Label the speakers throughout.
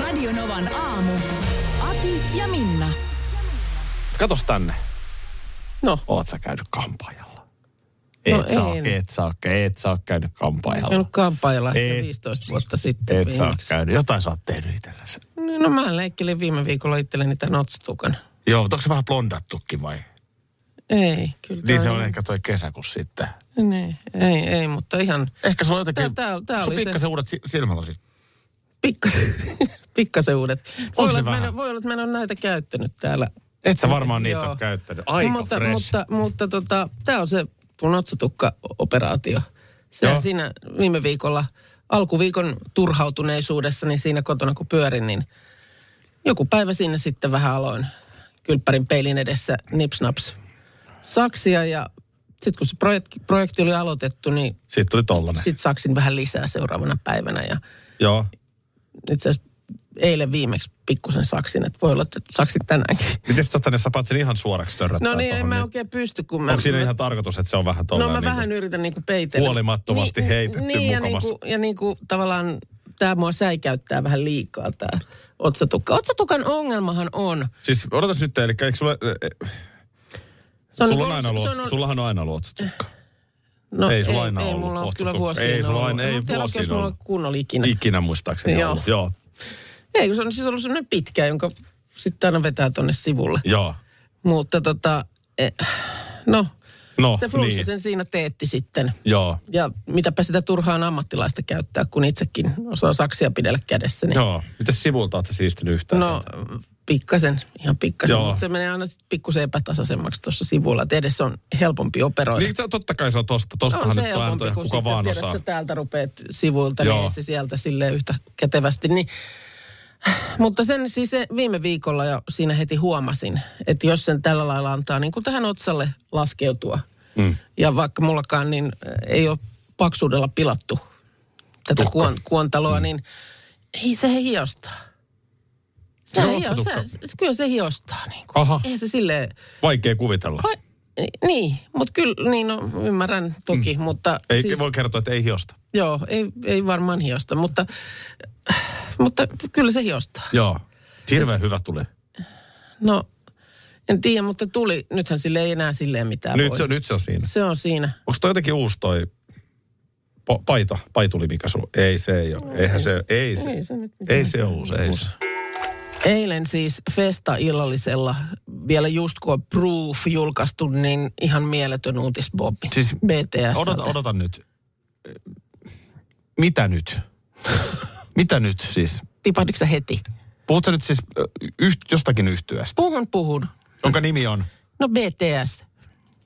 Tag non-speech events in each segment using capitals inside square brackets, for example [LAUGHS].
Speaker 1: Radionovan aamu. Ati ja Minna.
Speaker 2: Katos tänne.
Speaker 3: No.
Speaker 2: Oot sä käynyt kampaajalla? Et,
Speaker 3: No
Speaker 2: no sä, oo-
Speaker 3: en.
Speaker 2: et, sä, oo- et sä oo käynyt kampaajalla.
Speaker 3: Minun kampailla
Speaker 2: Ei.
Speaker 3: ehkä 15 vuotta sitten.
Speaker 2: Et sä oo
Speaker 3: viimeksi.
Speaker 2: käynyt. Jotain sä oot tehnyt itsellesi.
Speaker 3: No mä läikkelin viime viikolla itselleni tämän otsatukan.
Speaker 2: Joo, mutta onko se vähän blondattukin vai?
Speaker 3: Ei, kyllä.
Speaker 2: Niin
Speaker 3: tää
Speaker 2: se on ehkä toi kesäkuus sitten.
Speaker 3: Niin, ei, ei, mutta ihan
Speaker 2: Ehkä sulla on jotenkin...
Speaker 3: Tää- tää- tää
Speaker 2: sun
Speaker 3: oli se-
Speaker 2: pikkasen uudet si- silmälasit.
Speaker 3: pikkasen, [LAUGHS] pikkasen uudet. Voi
Speaker 2: Onks
Speaker 3: olla,
Speaker 2: ne
Speaker 3: että mä en,
Speaker 2: vähän?
Speaker 3: oo- voi olla, että mä en ole näitä käyttänyt täällä.
Speaker 2: Et sä varmaan niitä
Speaker 3: Joo.
Speaker 2: oo käyttänyt. Aika
Speaker 3: mutta,
Speaker 2: fresh.
Speaker 3: Mutta, mutta tota, tämä on se mun otsatukka-operaatio. Se
Speaker 2: Joo.
Speaker 3: siinä viime viikolla, alkuviikon turhautuneisuudessa, niin siinä kotona kun pyörin, niin joku päivä siinä sitten vähän aloin kylppärin peilin edessä nipsnaps saksia ja sitten kun se projekti, projekti oli aloitettu, niin
Speaker 2: Sitten tuli tollanen.
Speaker 3: sitten saksin vähän lisää seuraavana päivänä ja
Speaker 2: Joo.
Speaker 3: itse asiassa eilen viimeksi pikkusen saksin, että voi olla, että saksin tänäänkin.
Speaker 2: Mites tota ne sapat sen ihan suoraksi törröttää
Speaker 3: No niin, en
Speaker 2: tohon,
Speaker 3: mä oikein pysty, kun mä...
Speaker 2: Onko siinä
Speaker 3: mä-
Speaker 2: ihan tarkoitus, että se on vähän
Speaker 3: No
Speaker 2: tollanen?
Speaker 3: mä
Speaker 2: niinku-
Speaker 3: vähän yritän niinku peitellä.
Speaker 2: huolimattomasti heitetty
Speaker 3: niin, ja
Speaker 2: mukamas.
Speaker 3: niinku, ja niinku tavallaan tämä mua säikäyttää vähän liikaa tämä otsatukka. Otsatukan ongelmahan on...
Speaker 2: Siis odotas nyt, eli eikö sulla... eh,
Speaker 3: Se
Speaker 2: sulla, on
Speaker 3: niinku-
Speaker 2: aina ollut,
Speaker 3: se
Speaker 2: ots- sullahan on aina ollut otsatukka.
Speaker 3: no,
Speaker 2: ei sulla aina
Speaker 3: ei,
Speaker 2: ollut
Speaker 3: mulla on kyllä
Speaker 2: otsatukka.
Speaker 3: vuosiin
Speaker 2: Ei sulla
Speaker 3: ollut.
Speaker 2: aina- ei
Speaker 3: Mä tiedän,
Speaker 2: vuosiin
Speaker 3: jos mulla on
Speaker 2: ollut.
Speaker 3: kunnolla ikinä.
Speaker 2: Ikinä muistaakseni
Speaker 3: Niin. Joo.
Speaker 2: ollut. Joo.
Speaker 3: Ei, kun se on siis ollut sellainen pitkä, jonka sitten aina vetää tonne sivulle.
Speaker 2: Joo.
Speaker 3: Mutta tota, eh, no,
Speaker 2: No,
Speaker 3: se flunssa
Speaker 2: niin.
Speaker 3: sen siinä teetti sitten.
Speaker 2: Joo.
Speaker 3: Ja mitäpä sitä turhaan ammattilaista käyttää, kun itsekin osaa saksia pidellä kädessä. Niin
Speaker 2: Joo. Mitäs sivulta oot sä siistinyt yhtään?
Speaker 3: No pikkasen, ihan pikkasen,
Speaker 2: Joo.
Speaker 3: mutta se menee aina sit pikkusen epätasaisemmaksi tuossa sivulla. Et edes on helpompi operoida.
Speaker 2: Niin se- totta kai se on tosta.
Speaker 3: on
Speaker 2: Tostahan
Speaker 3: No, se
Speaker 2: nyt on
Speaker 3: helpompi,
Speaker 2: aina
Speaker 3: kun
Speaker 2: kuka
Speaker 3: sitten
Speaker 2: vaan
Speaker 3: tiedät,
Speaker 2: osaa.
Speaker 3: sä täältä rupeat sivuilta,
Speaker 2: Joo.
Speaker 3: niin ei se sieltä sille yhtä kätevästi. Niin. Mutta sen siis se viime viikolla jo siinä heti huomasin, että jos sen tällä lailla antaa niin kuin tähän otsalle laskeutua. Mm. Ja vaikka mullakaan niin äh, ei ole paksuudella pilattu tätä
Speaker 2: Tuhka.
Speaker 3: kuon, kuontaloa, mm. niin ei se hiostaa.
Speaker 2: Se on
Speaker 3: hio-
Speaker 2: otsatukka.
Speaker 3: se, se- kyllä se hiostaa. Niin kuin.
Speaker 2: Aha.
Speaker 3: Eihän se silleen...
Speaker 2: Vaikea kuvitella.
Speaker 3: Vai, niin, mutta kyllä, niin no, ymmärrän toki, mm. mutta
Speaker 2: Ei
Speaker 3: siis,
Speaker 2: voi kertoa, että ei hiosta.
Speaker 3: joo, ei, ei varmaan hiosta, mutta, mutta kyllä se hiostaa.
Speaker 2: Joo. Hirveän hyvä tulee.
Speaker 3: No, en tiedä, mutta tuli, nythän sille ei enää silleen mitään
Speaker 2: Nyt
Speaker 3: voi.
Speaker 2: se, nyt se on siinä.
Speaker 3: Se on siinä.
Speaker 2: Onko toi jotenkin uusi toi pa- paita, paituli, mikä sulla? Ei se ei ole. Eihän se, ei se.
Speaker 3: No, ei se nyt mitään.
Speaker 2: Ei se ole uusi, ei se.
Speaker 3: Eilen siis festa-illallisella, vielä just kun on Proof julkaistu, niin ihan mieletön uutisbombi.
Speaker 2: Siis
Speaker 3: BTS.
Speaker 2: Odota, odota nyt. Mitä nyt? Mitä nyt siis?
Speaker 3: Tipahditko sä heti?
Speaker 2: Puhutko nyt siis ö, yht, jostakin yhtyöstä,
Speaker 3: Puhun, puhun.
Speaker 2: jonka nimi on?
Speaker 3: No BTS.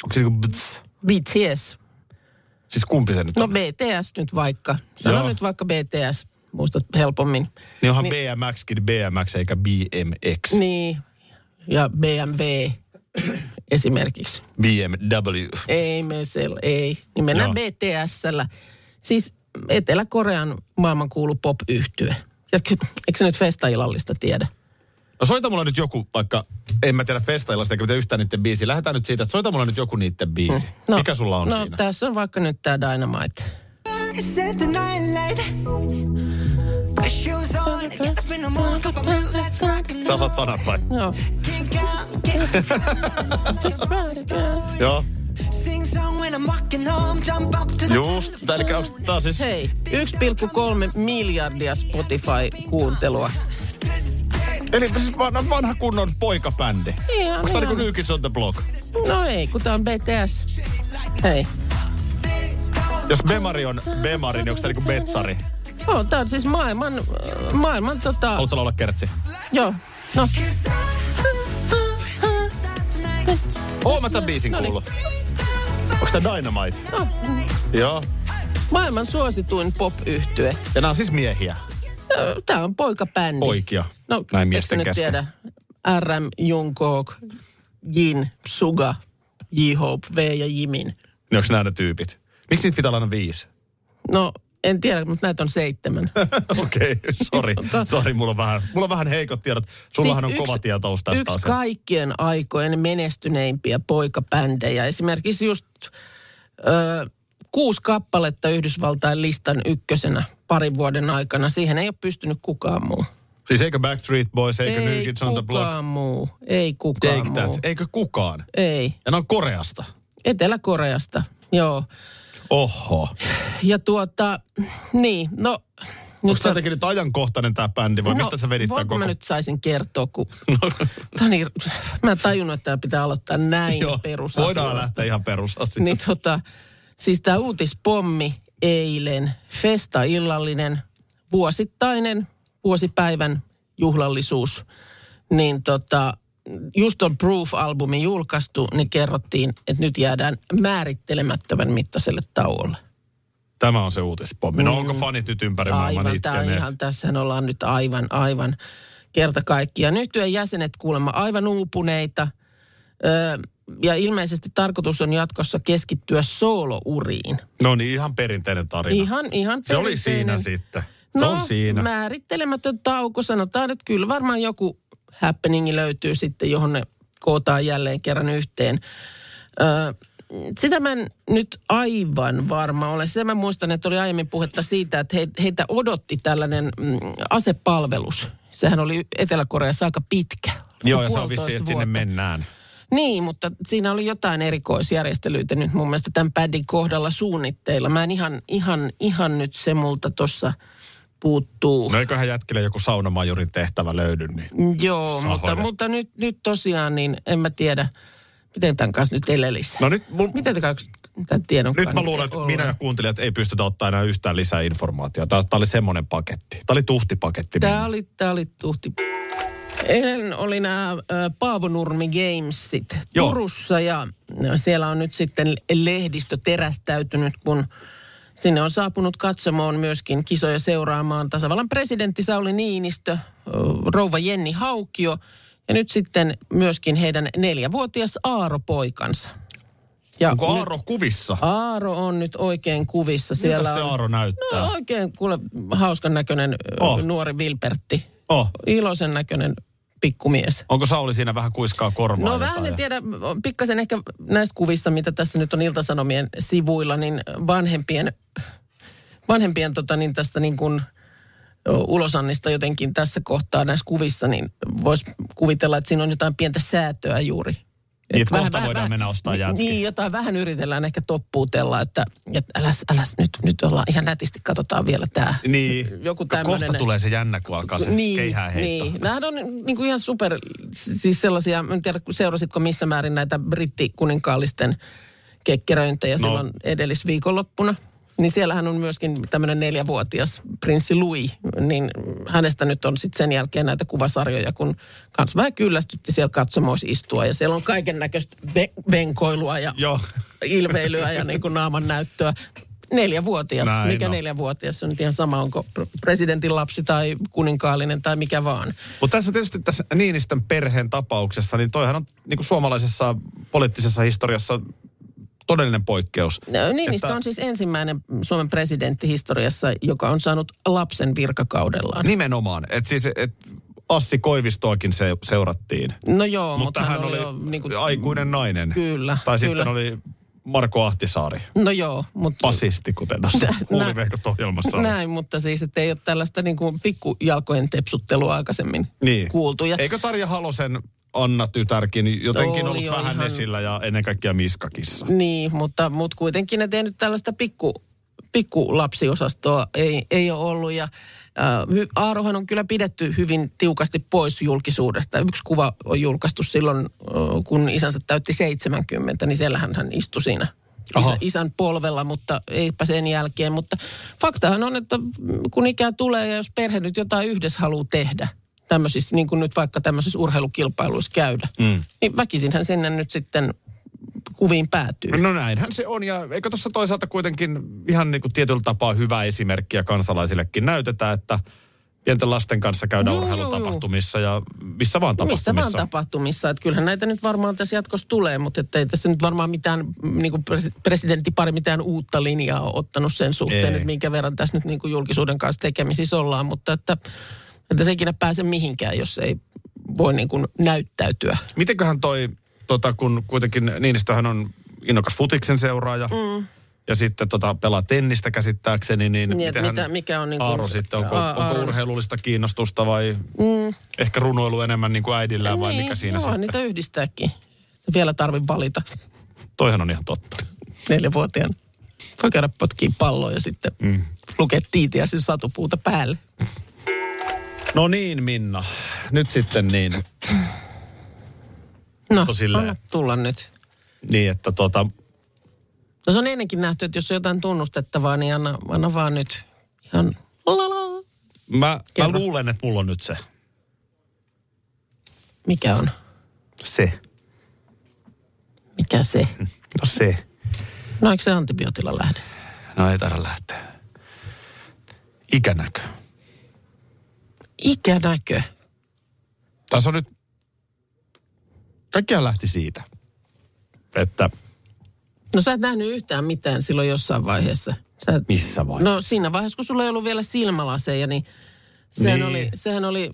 Speaker 2: Onko se niinku bts?
Speaker 3: BTS.
Speaker 2: Siis kumpi se nyt
Speaker 3: No
Speaker 2: on?
Speaker 3: BTS nyt vaikka. Sano
Speaker 2: Joo.
Speaker 3: Joo. nyt vaikka BTS, muistat helpommin.
Speaker 2: Niin onhan BMXkin BMX eikä BMX.
Speaker 3: Niin, ja BMW esimerkiksi.
Speaker 2: BMW.
Speaker 3: Ei me sel, ei. Niin mennään
Speaker 2: Joo.
Speaker 3: BTSllä. Siis Etelä-Korean maailmankuulu pop-yhtye. Ja ky- eikö se nyt festailallista tiedä?
Speaker 2: No soita mulla nyt joku, vaikka en mä tiedä festailasta eikä mitään yhtään niiden biisi. Lähdetään nyt siitä, että soita mulla nyt joku niiden biisi.
Speaker 3: No,
Speaker 2: Mikä sulla on
Speaker 3: no,
Speaker 2: siinä?
Speaker 3: tässä on vaikka nyt tämä Dynamite.
Speaker 4: Set the night light. Shoes on, get up in the morning, cup of milk, let's rock and
Speaker 2: Sä
Speaker 4: roll.
Speaker 2: osaat sanat vai?
Speaker 3: Joo.
Speaker 4: Kick out,
Speaker 2: [LAUGHS]
Speaker 4: get up,
Speaker 2: Joo.
Speaker 4: sing song when I'm walking home, jump up to the
Speaker 2: Just. Tää, eli onks tää siis...
Speaker 3: Hei, 1,3 miljardia Spotify-kuuntelua.
Speaker 2: Eli siis vanha, vanha kunnon poikabändi.
Speaker 3: Ihan,
Speaker 2: Onko tää
Speaker 3: ihan.
Speaker 2: niinku New Kids on the Block?
Speaker 3: No ei, kun tämä on BTS. Hei.
Speaker 2: Jos Bemari on Bemari, niin onko tää niinku Betsari?
Speaker 3: Joo, tää on siis maailman, äh, maailman tota,
Speaker 2: Haluatko olla kertsi?
Speaker 3: joo, no.
Speaker 2: Oon mä tämän biisin
Speaker 3: Noniin.
Speaker 2: kuullut. Onko tää Dynamite?
Speaker 3: no,
Speaker 2: Joo.
Speaker 3: maailman suosituin pop-yhtye.
Speaker 2: Ja nämä on siis miehiä.
Speaker 3: Tämä on poikabändi.
Speaker 2: Poikia.
Speaker 3: No,
Speaker 2: Näin
Speaker 3: etkö
Speaker 2: miesten
Speaker 3: nyt
Speaker 2: kesken.
Speaker 3: tiedä? RM, Jungkook, Jin, Suga, J-Hope, V ja Jimin.
Speaker 2: Niin onko nämä ne tyypit? Miksi niitä pitää olla aina viisi? [LAUGHS]
Speaker 3: No, en tiedä, mutta näitä on seitsemän.
Speaker 2: Okei, sori.
Speaker 3: Tota-
Speaker 2: Sori, mulla on vähän, mulla on vähän heikot tiedot. Sullahan on kova tietous tästä
Speaker 3: Siis Yksi
Speaker 2: asiasta.
Speaker 3: kaikkien aikojen menestyneimpiä poikabändejä. Esimerkiksi just ö, kuusi kappaletta Yhdysvaltain listan ykkösenä parin vuoden aikana. Siihen ei ole pystynyt kukaan muu.
Speaker 2: Siis eikö Backstreet Boys, eikö
Speaker 3: ei
Speaker 2: New Kids on the Block?
Speaker 3: kukaan muu. Ei kukaan
Speaker 2: Take
Speaker 3: muu.
Speaker 2: that. Eikö kukaan?
Speaker 3: Ei.
Speaker 2: Ja ne on Koreasta.
Speaker 3: Etelä-Koreasta, joo.
Speaker 2: Oho.
Speaker 3: Ja tuota, niin, no...
Speaker 2: Onko
Speaker 3: sä-
Speaker 2: tämä jotenkin nyt ajankohtainen tämä bändi vai mistä sä vedit tämän
Speaker 3: No, voinko
Speaker 2: koko? No.
Speaker 3: mä nyt saisin kertoa, kun... Tää on niin, mä en tajunnut, että tää pitää aloittaa näin
Speaker 2: Joo,
Speaker 3: Niin, perusasioista.
Speaker 2: voidaan lähteä ihan perusasioista.
Speaker 3: Niin [LAUGHS] tota, siis tämä uutispommi eilen, festa-illallinen, vuosittainen, vuosipäivän juhlallisuus, niin tota, just on Proof-albumi julkaistu, niin kerrottiin, että nyt jäädään määrittelemättömän mittaiselle tauolle.
Speaker 2: Tämä on se uutispommi. No onko fanit nyt ympäri maailman
Speaker 3: Mm. Aivan, tämä on
Speaker 2: itkeneet?
Speaker 3: ihan, tässähän ollaan nyt aivan, aivan kerta kaikkiaan. Yhtyön jäsenet kuulemma aivan uupuneita öö, ja ilmeisesti tarkoitus on jatkossa keskittyä soolouriin.
Speaker 2: No niin, ihan perinteinen tarina.
Speaker 3: Ihan, ihan
Speaker 2: se oli siinä
Speaker 3: perinteinen. No,
Speaker 2: sitten. Se on siinä.
Speaker 3: määrittelemätön tauko. Sanotaan, että kyllä varmaan joku happeningi löytyy sitten, johon ne kootaan jälleen kerran yhteen. Ö, sitä mä en nyt aivan varma ole. Sen mä muistan, että oli aiemmin puhetta siitä, että he, heitä odotti tällainen mm, asepalvelus. Sehän oli Etelä-Koreassa aika pitkä.
Speaker 2: Joo, ja se on
Speaker 3: Puolitoista
Speaker 2: vissiin, että sinne
Speaker 3: vuotta.
Speaker 2: mennään.
Speaker 3: Niin, mutta siinä oli jotain erikoisjärjestelyitä nyt mun mielestä tämän pädin kohdalla suunnitteilla. Mä en ihan, ihan, ihan nyt se multa tuossa puuttuu.
Speaker 2: No eiköhän jätkille joku saunamajurin tehtävä löydy, niin
Speaker 3: Joo,
Speaker 2: Saa
Speaker 3: mutta,
Speaker 2: hoidettua.
Speaker 3: mutta nyt, nyt tosiaan niin en mä tiedä, miten tämän kanssa nyt elelisi.
Speaker 2: No nyt mun-
Speaker 3: Miten tämän, kanssa, tämän tiedon
Speaker 2: Nyt
Speaker 3: kanssa
Speaker 2: mä luulen, että
Speaker 3: ollaan?
Speaker 2: minä ja kuuntelijat ei pystytä ottaa enää yhtään lisää informaatiota. Tämä, oli semmoinen paketti. Tämä oli tuhtipaketti.
Speaker 3: Tämä oli, tää oli tuhti. Eilen oli nämä Paavo Nurmi Gamesit
Speaker 2: Joo.
Speaker 3: Turussa ja no, siellä on nyt sitten lehdistö terästäytynyt, kun sinne on saapunut katsomaan myöskin kisoja seuraamaan tasavallan presidentti Sauli Niinistö, ö, rouva Jenni Haukio ja nyt sitten myöskin heidän neljävuotias Aaro-poikansa. Ja
Speaker 2: Onko
Speaker 3: nyt
Speaker 2: Aaro kuvissa?
Speaker 3: Aaro on nyt oikein kuvissa. Siellä
Speaker 2: Miltä se
Speaker 3: on-
Speaker 2: Aaro näyttää?
Speaker 3: No oikein kuule, hauskan näköinen
Speaker 2: Oh.
Speaker 3: oh. nuori Vilpertti.
Speaker 2: Oh.
Speaker 3: Iloisen näköinen pikkumies.
Speaker 2: Onko Sauli siinä vähän kuiskaa korvaa?
Speaker 3: No vähän
Speaker 2: jotain?
Speaker 3: en tiedä, on pikkasen ehkä näissä kuvissa, mitä tässä nyt on Iltasanomien sivuilla, niin vanhempien, vanhempien tota, niin tästä niin kuin ö, ulosannista jotenkin tässä kohtaa näissä kuvissa, niin voisi kuvitella, että siinä on jotain pientä säätöä juuri.
Speaker 2: Niin,
Speaker 3: Et
Speaker 2: että kohta voidaan mennä ostaa jätski.
Speaker 3: Niin, jotain vähän yritellään ehkä toppuutella, että, että äläs, äläs, nyt, nyt ollaan ihan nätisti, katsotaan vielä tämä.
Speaker 2: Niin.
Speaker 3: Joku
Speaker 2: Kohta
Speaker 3: tämmönen-
Speaker 2: tulee se jännä, kun alkaa se keihään heitto.
Speaker 3: niin. Nämä on niin kuin ihan super, siis sellaisia, mä en tiedä seurasitko missä määrin näitä brittikuninkaallisten kekkeröintejä
Speaker 2: No.
Speaker 3: no. silloin edellisviikonloppuna. Niin siellähän on myöskin tämmöinen neljävuotias prinssi Louis, niin hänestä nyt on sitten sen jälkeen näitä kuvasarjoja, kun kans vähän kyllästytti siellä katsomoissa istua ja siellä on kaiken näköistä ve- venkoilua ja
Speaker 2: Joo.
Speaker 3: ilveilyä ja niin kuin naaman näyttöä. Neljävuotias,
Speaker 2: Näin
Speaker 3: mikä
Speaker 2: on.
Speaker 3: neljävuotias, se on nyt ihan sama, onko pr- presidentin lapsi tai kuninkaallinen tai mikä vaan.
Speaker 2: Mutta tässä tietysti tässä Niinistön perheen tapauksessa, niin toihan on niin kuin suomalaisessa poliittisessa historiassa todellinen poikkeus.
Speaker 3: No, Niinistö
Speaker 2: Että-
Speaker 3: on siis ensimmäinen Suomen presidentti historiassa, joka on saanut lapsen virkakaudellaan.
Speaker 2: Nimenomaan. Että siis, et Assi Koivistoakin se, seurattiin.
Speaker 3: No joo,
Speaker 2: Mutta hän, oli,
Speaker 3: jo niin kuin,
Speaker 2: aikuinen nainen.
Speaker 3: Kyllä,
Speaker 2: Tai
Speaker 3: kyllä.
Speaker 2: sitten oli Marko Ahtisaari,
Speaker 3: no joo, mutta...
Speaker 2: pasisti, kuten tässä
Speaker 3: Nä-
Speaker 2: puolivehkot ohjelmassa oli.
Speaker 3: Näin, mutta siis, että ei ole tällaista niin kuin pikkujalkojen tepsuttelua aikaisemmin
Speaker 2: Niin.
Speaker 3: kuultu. Ja
Speaker 2: Eikö Tarja Halosen Anna Tytärkin jotenkin
Speaker 3: Oli
Speaker 2: ollut
Speaker 3: jo
Speaker 2: vähän
Speaker 3: ihan-
Speaker 2: esillä ja ennen kaikkea Miskakissa?
Speaker 3: Niin, mutta, mutta kuitenkin ne tehnyt tällaista pikku, pikku lapsiosastoa ei, ei ole ollut. Ja äh, hy- Aarohan on kyllä pidetty hyvin tiukasti pois julkisuudesta. Yksi kuva on julkaistu silloin, äh, kun isänsä täytti 70, niin siellähän hän istui siinä
Speaker 2: Aha.
Speaker 3: isä, isän polvella, mutta eipä sen jälkeen. Mutta faktahan on, että mm, kun ikää tulee ja jos perhe nyt jotain yhdessä haluaa tehdä, tämmöisissä, niin kuin nyt vaikka tämmöisissä urheilukilpailuissa käydä, mm. niin väkisinhän sinne nyt sitten kuviin päätyy.
Speaker 2: No näinhän se on ja eikö tuossa niinku toisaalta kuitenkin ihan niin kuin tietyllä tapaa hyvä esimerkkiä kansalaisillekin näytetään, että pienten lasten kanssa käydään
Speaker 3: Juu, juu,
Speaker 2: urheilutapahtumissa ja missä vaan
Speaker 3: Missä
Speaker 2: tapahtumissa.
Speaker 3: vaan tapahtumissa. Että kyllähän näitä nyt varmaan tässä jatkossa tulee, mutta että ei tässä nyt varmaan mitään, niin kuin presidenttipari mitään uutta linjaa ole ottanut sen suhteen,
Speaker 2: Ei.
Speaker 3: että minkä verran tässä nyt niin kuin julkisuuden kanssa tekemisissä ollaan, mutta että, että se ei ikinä pääse mihinkään, jos ei voi niin kuin näyttäytyä.
Speaker 2: Mitenköhän toi, tota, kun kuitenkin Niinistöhän on innokas futiksen seuraaja mm. ja sitten tota, pelaa tennistä käsittääkseni, niin,
Speaker 3: Niin, et
Speaker 2: mitenhän
Speaker 3: mitä- mikä on niinku-
Speaker 2: Aaro sitten, onko,
Speaker 3: Aa-
Speaker 2: onko
Speaker 3: Aaron-
Speaker 2: urheilullista kiinnostusta vai mm. ehkä runoilu enemmän niin kuin äidillään vai mikä siinä
Speaker 3: joo,
Speaker 2: sitten?
Speaker 3: Niin, niitä yhdistääkin. Vielä tarvii valita
Speaker 2: Toihan on ihan totta.
Speaker 3: neljävuotiaana. Voi käydä potkiin palloa ja sitten mm. lukea tiitiä sen satupuuta päälle.
Speaker 2: No niin Minna, nyt sitten niin,
Speaker 3: No,
Speaker 2: Onko silleen?
Speaker 3: anna tulla nyt.
Speaker 2: niin että tota,
Speaker 3: No se on ennenkin nähty, että jos on jotain tunnustettavaa, niin anna, anna vaan nyt ihan lalala.
Speaker 2: mä, mä
Speaker 3: Kerro.
Speaker 2: luulen, että mulla on nyt se.
Speaker 3: Mikä on?
Speaker 2: Se.
Speaker 3: Mikä se?
Speaker 2: No se.
Speaker 3: No eikö se antibiootilla lähde?
Speaker 2: No ei tarvitse lähteä. Ikänäkö.
Speaker 3: Ikänäkö?
Speaker 2: Tässä on nyt... Kaikkihan lähti siitä, että
Speaker 3: No sä et nähnyt yhtään mitään silloin jossain vaiheessa. Sä et...
Speaker 2: missä vai?
Speaker 3: No siinä vaiheessa, kun sulla ei ollut vielä silmälaseja, niin sehän,
Speaker 2: Niin.
Speaker 3: niin. Oli, sehän oli,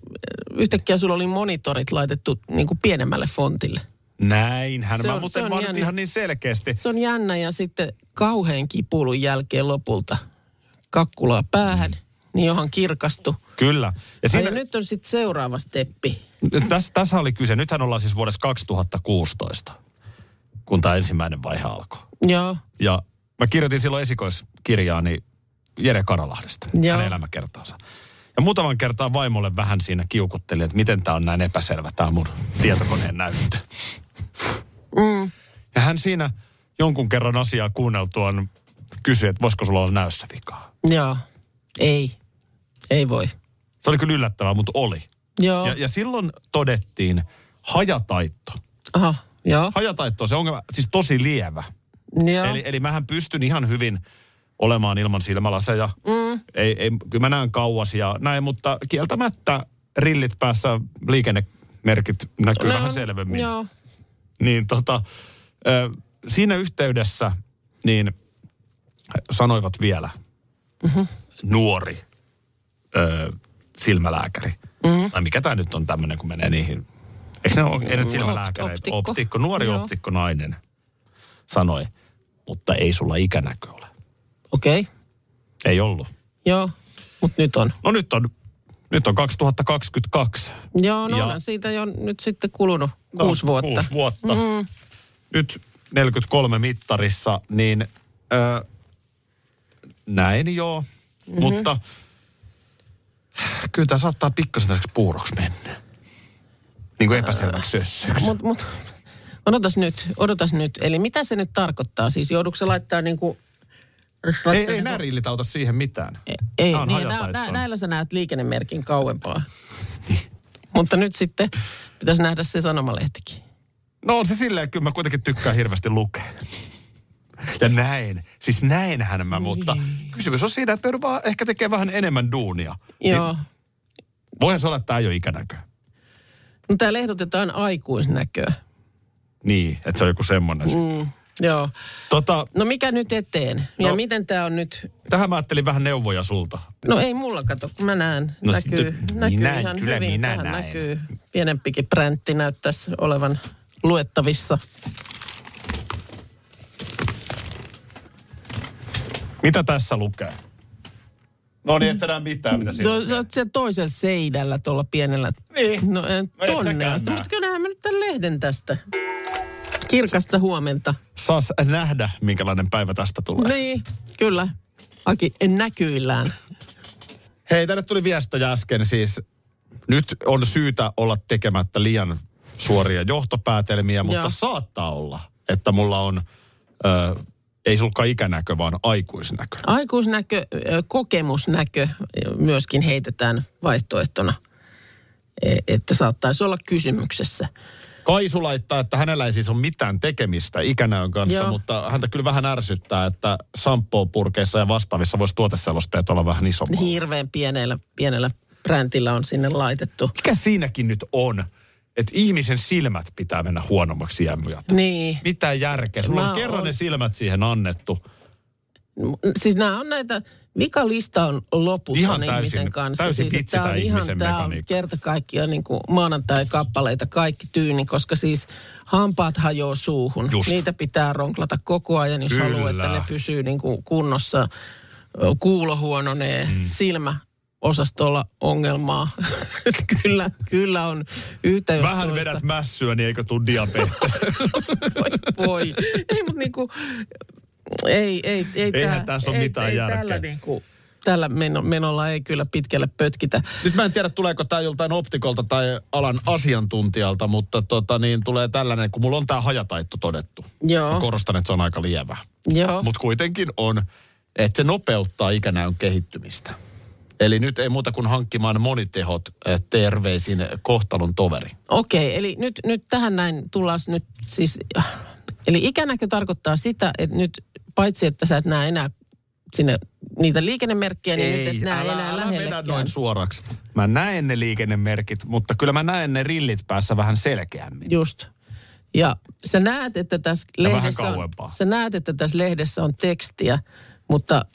Speaker 3: yhtäkkiä sulla oli monitorit laitettu niin kuin pienemmälle fontille.
Speaker 2: Näinhän.
Speaker 3: Se
Speaker 2: Mä
Speaker 3: on- se
Speaker 2: muuten
Speaker 3: on
Speaker 2: vaan nyt
Speaker 3: jännä.
Speaker 2: ihan niin selkeästi.
Speaker 3: Se on jännä ja sitten kauhean kipuilun jälkeen lopulta kakkulaa päähän, niin johon kirkastui.
Speaker 2: Kyllä. Ja
Speaker 3: Siinä...
Speaker 2: siinä,
Speaker 3: Ja nyt on sitten seuraava steppi.
Speaker 2: tässä, tässä oli kyse. Nythän ollaan siis vuodessa 2016, kun tämä ensimmäinen vaihe alkoi.
Speaker 3: Joo,
Speaker 2: Ja mä kirjoitin silloin esikoiskirjaani Jere Karalahdesta, Joo.
Speaker 3: Joo.
Speaker 2: hänen elämäkertaansa. Ja muutaman kertaa vaimolle vähän siinä kiukuttelin, että miten tämä on näin epäselvä, tämä mun tietokoneen näyttö. Mm. Ja hän siinä jonkun kerran asiaa kuunneltuaan kysyi, että voisiko sulla olla näössä vikaa.
Speaker 3: joo. Ei. Ei voi.
Speaker 2: Se oli kyllä yllättävää, mutta oli.
Speaker 3: Joo.
Speaker 2: Ja, ja silloin todettiin hajataitto.
Speaker 3: Aha, joo.
Speaker 2: Hajataitto on se ongelma, siis tosi lievä.
Speaker 3: joo.
Speaker 2: Eli, eli mähän pystyn ihan hyvin olemaan ilman silmälaseja. Mm. Ei, ei, kyllä mä näen kauas ja näin, mutta kieltämättä rillit päässä liikennemerkit näkyy no, vähän selvemmin.
Speaker 3: Joo.
Speaker 2: Niin tota, ö, siinä yhteydessä niin sanoivat vielä mm-hmm. nuori ö, silmälääkäri. Mm-hmm. Tai mikä tämä nyt on tämmöinen, kun menee niihin. Eikö ne ole, ei nyt silmälääkäreitä, optikko.
Speaker 3: optikko.
Speaker 2: optikko, nuori
Speaker 3: Joo.
Speaker 2: optikko nainen sanoi, mutta ei sulla ikänäkö ole.
Speaker 3: Okei. Okay.
Speaker 2: Ei ollut.
Speaker 3: Joo. Mut nyt on.
Speaker 2: No nyt on, nyt on 2022.
Speaker 3: Joo, no
Speaker 2: Ja-
Speaker 3: ja. siitä jo nyt sitten kulunut
Speaker 2: No,
Speaker 3: kuusi vuotta. Mm-hmm.
Speaker 2: Kuusi vuotta. Mm. Nyt 43 mittarissa, niin ö, näin joo, mm-hmm. mutta kyllä tämä saattaa pikkasen tällaiseksi puuroksi mennä. Niin kuin epäselväksi sössyksi.
Speaker 3: Mut, mut, odotas nyt, odotas nyt. Eli mitä se nyt tarkoittaa? Siis joudutko se laittaa niinku...
Speaker 2: Ei, ei nää rillit auta siihen mitään.
Speaker 3: Ei, ei
Speaker 2: Nää on
Speaker 3: niin, nä,
Speaker 2: hajataittoa.
Speaker 3: nä, näillä sä näet liikennemerkin kauempaa. [LAUGHS] Mutta nyt sitten pitäisi nähdä se sanomalehtikin.
Speaker 2: No on se silleen, kyllä mä kuitenkin tykkään hirveästi lukea. Ja näin, siis näinhän mä, mutta
Speaker 3: Niin.
Speaker 2: kysymys on siinä, että joudun vaan ehkä tekemään vähän enemmän duunia. Niin
Speaker 3: Joo.
Speaker 2: Voihan se olla, että tämä ei ole ikänäkö.
Speaker 3: No täällä ehdotetaan aikuisnäköä.
Speaker 2: Niin, että se on joku semmoinen. Mm.
Speaker 3: Joo.
Speaker 2: Tota,
Speaker 3: No mikä nyt eteen? Ja
Speaker 2: No.
Speaker 3: miten tämä on nyt?
Speaker 2: tähän mä ajattelin vähän neuvoja sulta.
Speaker 3: No ei mulla kato, kun mä näen.
Speaker 2: No
Speaker 3: No, näkyy,
Speaker 2: sitten-
Speaker 3: näkyy
Speaker 2: minä-
Speaker 3: ihan
Speaker 2: kyllä niin
Speaker 3: hyvin.
Speaker 2: minä
Speaker 3: Tähän
Speaker 2: näen.
Speaker 3: näkyy. Pienempikin präntti näyttäisi olevan luettavissa.
Speaker 2: Mitä tässä lukee? No niin, et sä näe mitään, mitä siinä
Speaker 3: Tuo,
Speaker 2: lukee.
Speaker 3: No, sä oot siellä toisella seinällä tuolla pienellä.
Speaker 2: Niin.
Speaker 3: No en
Speaker 2: No et
Speaker 3: tonne
Speaker 2: säkään
Speaker 3: asti,
Speaker 2: näe.
Speaker 3: mutta kyllä näen mä nyt tämän lehden tästä. Kirkasta huomenta.
Speaker 2: Saas nähdä, minkälainen päivä tästä tulee.
Speaker 3: Niin, kyllä. Aki näkyillään.
Speaker 2: Hei, tänne tuli viestejä äsken siis. Nyt on syytä olla tekemättä liian suoria johtopäätelmiä, mutta
Speaker 3: Joo.
Speaker 2: saattaa olla, että mulla on, ö, ei sulkaan ikänäkö, vaan aikuisnäkö.
Speaker 3: Aikuisnäkö, ö, kokemusnäkö ö, myöskin heitetään vaihtoehtona, E- että saattaisi olla kysymyksessä.
Speaker 2: Kaisu laittaa, että hänellä ei siis ole mitään tekemistä ikänäön kanssa, Joo.
Speaker 3: Joo.
Speaker 2: mutta häntä kyllä vähän ärsyttää, että
Speaker 3: Niin.
Speaker 2: samppoo purkeissa ja vastaavissa voisi tuoteselosteet olla vähän isommat.
Speaker 3: Hirveän pienellä, pienellä räntillä on sinne laitettu.
Speaker 2: Mikä siinäkin nyt on, että ihmisen silmät pitää mennä huonommaksi jämmyjä?
Speaker 3: Niin.
Speaker 2: Mitä järkeä? Sulla
Speaker 3: Mä
Speaker 2: on kerran
Speaker 3: oon-
Speaker 2: ne silmät siihen annettu.
Speaker 3: M- Siis nämä on näitä, vikalista on loputon
Speaker 2: Ihan
Speaker 3: ihmisen
Speaker 2: täysin-
Speaker 3: kanssa.
Speaker 2: täysin
Speaker 3: siis,
Speaker 2: vitsi
Speaker 3: että tää
Speaker 2: tää
Speaker 3: on ihan,
Speaker 2: ihmisen
Speaker 3: tää on
Speaker 2: mekaniikka.
Speaker 3: kerta kaikkiaan niin kuin maanantai-kappaleita kaikki tyyni, koska siis hampaat hajoaa suuhun.
Speaker 2: Just.
Speaker 3: Niitä pitää ronklata koko ajan, jos
Speaker 2: Kyllä.
Speaker 3: haluaa, että ne pysyy niin kuin kunnossa. Ö, Kuulo huononee, mm. silmä osastolla ongelmaa. [LAUGHS] Et kyllä, kyllä on yhtä jos
Speaker 2: Vähän
Speaker 3: toista.
Speaker 2: vedät mässyä, niin eikö tuu diabetes?
Speaker 3: Voi, voi. [LAUGHS] Ei, mutta niinku, ei, ei, ei.
Speaker 2: Eihän
Speaker 3: tää-
Speaker 2: tässä ole
Speaker 3: ei,
Speaker 2: mitään
Speaker 3: ei,
Speaker 2: järkeä.
Speaker 3: Tällä, niinku, tällä meno- menolla ei kyllä pitkälle pötkitä.
Speaker 2: [LAUGHS] Nyt mä en tiedä, tuleeko tämä joltain optikolta tai alan asiantuntijalta, mutta tota, niin tulee tällainen, kun mulla on tämä hajataitto todettu.
Speaker 3: Joo.
Speaker 2: Mä korostan, että se on aika lievä.
Speaker 3: Joo.
Speaker 2: Mutta kuitenkin on, että se nopeuttaa ikänäön kehittymistä. Eli nyt ei muuta kuin hankkimaan monitehot eh, terveisin kohtalon toveri.
Speaker 3: Okei, eli nyt, nyt tähän näin tullaan nyt siis... Eli ikänäkö tarkoittaa sitä, että nyt paitsi, että sä et näe enää sinne niitä liikennemerkkejä, niin nyt et näe enää
Speaker 2: älä vedä
Speaker 3: lähellekään.
Speaker 2: noin suoraksi. Mä näen ne liikennemerkit, mutta kyllä mä näen ne rillit päässä vähän selkeämmin.
Speaker 3: Just. Ja sä näet, että tässä
Speaker 2: vähän
Speaker 3: lehdessä on,
Speaker 2: kauempaa.
Speaker 3: sä näet, että tässä lehdessä on tekstiä, mutta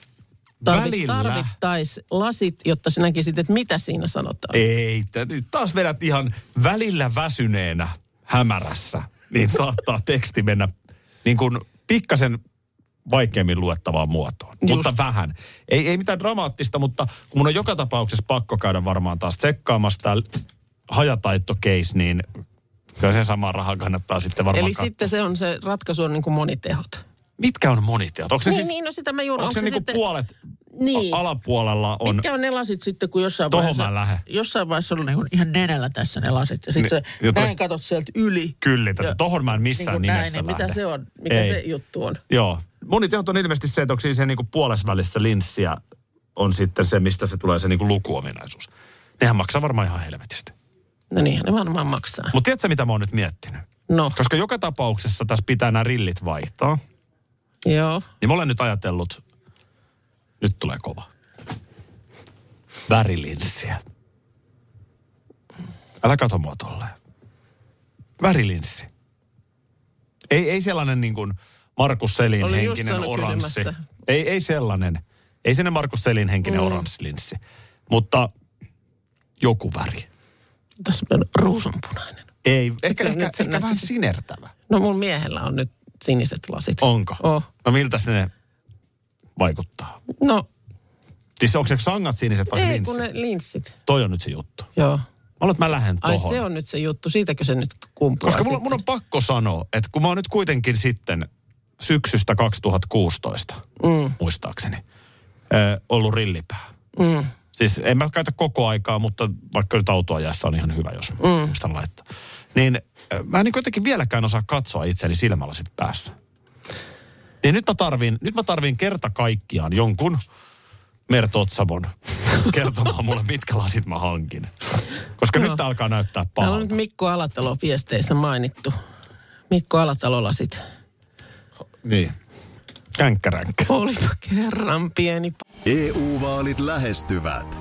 Speaker 3: tarvit,
Speaker 2: Välillä.
Speaker 3: tarvittais lasit, jotta sinä näkisit, että mitä siinä sanotaan.
Speaker 2: Ei, t- nyt taas vedät ihan välillä väsyneenä hämärässä, niin
Speaker 3: [LAUGHS]
Speaker 2: saattaa teksti mennä niin kuin pikkasen vaikeammin luettavaan muotoon, Just. mutta vähän. Ei, ei mitään dramaattista, mutta kun mun on joka tapauksessa pakko käydä varmaan taas tsekkaamassa tämä hajataittokeis, niin kyllä sen samaa rahaa kannattaa sitten varmaan
Speaker 3: Eli
Speaker 2: kat-
Speaker 3: sitten se on se ratkaisu on niin kuin monitehot.
Speaker 2: Mitkä on moniteot? Onko se
Speaker 3: Niin,
Speaker 2: siis,
Speaker 3: niin, no sitä mä juuri.
Speaker 2: onko se, niinku
Speaker 3: sitten-
Speaker 2: puolet
Speaker 3: Niin.
Speaker 2: a- alapuolella on?
Speaker 3: Mitkä on ne lasit sitten, kun jossain
Speaker 2: Tohon
Speaker 3: vaiheessa...
Speaker 2: mä lähden.
Speaker 3: Jossain vaiheessa on niin kuin ihan nenällä tässä ne lasit. Ja sitten
Speaker 2: Niin,
Speaker 3: niin,
Speaker 2: jotain-
Speaker 3: näin katot sieltä yli.
Speaker 2: Kyllä,
Speaker 3: Ja-
Speaker 2: tätä. tohon mä en
Speaker 3: Niin
Speaker 2: missään
Speaker 3: kuin näin,
Speaker 2: nimessä
Speaker 3: niin mitä
Speaker 2: lähde.
Speaker 3: se on? Mikä
Speaker 2: Ei.
Speaker 3: se juttu on?
Speaker 2: Joo. Monitehot on ilmeisesti se, että onko siinä niinku puolessa välissä linssiä on sitten se, mistä se tulee se niinku lukuominaisuus. Nehän maksaa varmaan ihan helvetisti.
Speaker 3: No niin, ne varmaan maksaa.
Speaker 2: Mutta tiedätkö, mitä mä oon nyt miettinyt?
Speaker 3: No,
Speaker 2: Koska joka tapauksessa tässä pitää nämä rillit vaihtaa.
Speaker 3: joo.
Speaker 2: Niin mä olen nyt ajatellut, nyt tulee kova. Värilinssiä. Älä kato mua tolleen. Värilinssi. Ei, ei sellainen niin kuin Markus Selin
Speaker 3: Olin just
Speaker 2: henkinen
Speaker 3: saanut
Speaker 2: oranssi.
Speaker 3: kysymässä.
Speaker 2: Ei, ei sellainen. Ei sinne Markus Selin henkinen mm. oranssilinssi. Mutta joku väri.
Speaker 3: Tässä on ruusunpunainen.
Speaker 2: Ei, ehkä,
Speaker 3: sä
Speaker 2: ehkä,
Speaker 3: nyt sen
Speaker 2: ehkä vähän
Speaker 3: näkisit?
Speaker 2: sinertävä.
Speaker 3: No mun miehellä on nyt siniset lasit.
Speaker 2: Onko?
Speaker 3: Oh.
Speaker 2: No miltä se ne vaikuttaa?
Speaker 3: No,
Speaker 2: Siis onko se sangat siniset vai se
Speaker 3: ei
Speaker 2: linssi?
Speaker 3: kun ne linssit.
Speaker 2: toi on nyt se juttu. Mä
Speaker 3: Joo.
Speaker 2: luulen, että mä lähden
Speaker 3: Ai
Speaker 2: tohon.
Speaker 3: se on nyt se juttu, siitäkö se nyt kumpuaa
Speaker 2: Koska mulla,
Speaker 3: sitten?
Speaker 2: mun on pakko sanoa, että kun mä oon nyt kuitenkin sitten syksystä 2016, mm. muistaakseni, ö, ollut rillipää. Mm. Siis en mä käytä koko aikaa, mutta vaikka nyt autoa jäässä on ihan hyvä, jos mm. muistan laittaa. Niin ö, mä en niin jotenkin vieläkään osaa katsoa itseäni silmällä sit päässä. Niin nyt mä tarvin, nyt mä tarvin kerta kaikkiaan jonkun Merto [LAUGHS] Otsamon kertomaan mulle, mitkä lasit mä hankin. Koska
Speaker 3: Joo.
Speaker 2: nyt tää alkaa näyttää
Speaker 3: Täällä on
Speaker 2: pahalta.
Speaker 3: nyt Mikko Alatalo viesteissä mainittu. Mikko Alatalo lasit.
Speaker 2: Niin. No, Känkkäränkkä.
Speaker 3: Olipa kerran pieni
Speaker 5: EU-vaalit E lähestyvät.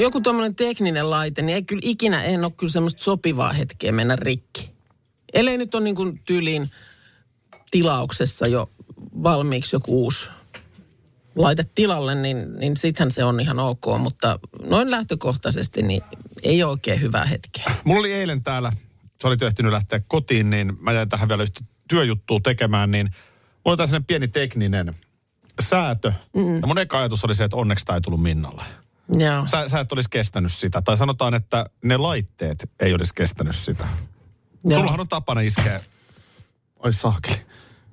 Speaker 3: Joku tuommoinen tekninen laite, niin ei kyllä ikinä, en ole kyllä semmoista sopivaa hetkeä mennä rikki. Ellei nyt on niin kuin tyyliin tilauksessa jo valmiiksi joku uusi laite tilalle, niin, niin sittenhän se on ihan ok. Mutta noin lähtökohtaisesti niin ei ole oikein hyvää hetkeä.
Speaker 2: Mulla oli eilen täällä, se oli ehtinyt lähteä kotiin, niin mä jäin tähän vielä yhtä työjuttua tekemään, niin mulla oli tää sellainen pieni tekninen säätö. Mm. Ja mun eka ajatus oli se, että onneksi tämä ei tullut Minnalle.
Speaker 3: Joo.
Speaker 2: Sä, sä et olisi kestänyt sitä. Tai sanotaan, että ne laitteet ei olisi kestänyt sitä.
Speaker 3: Joo.
Speaker 2: Sullahan on tapana iskeä. Ai saaki.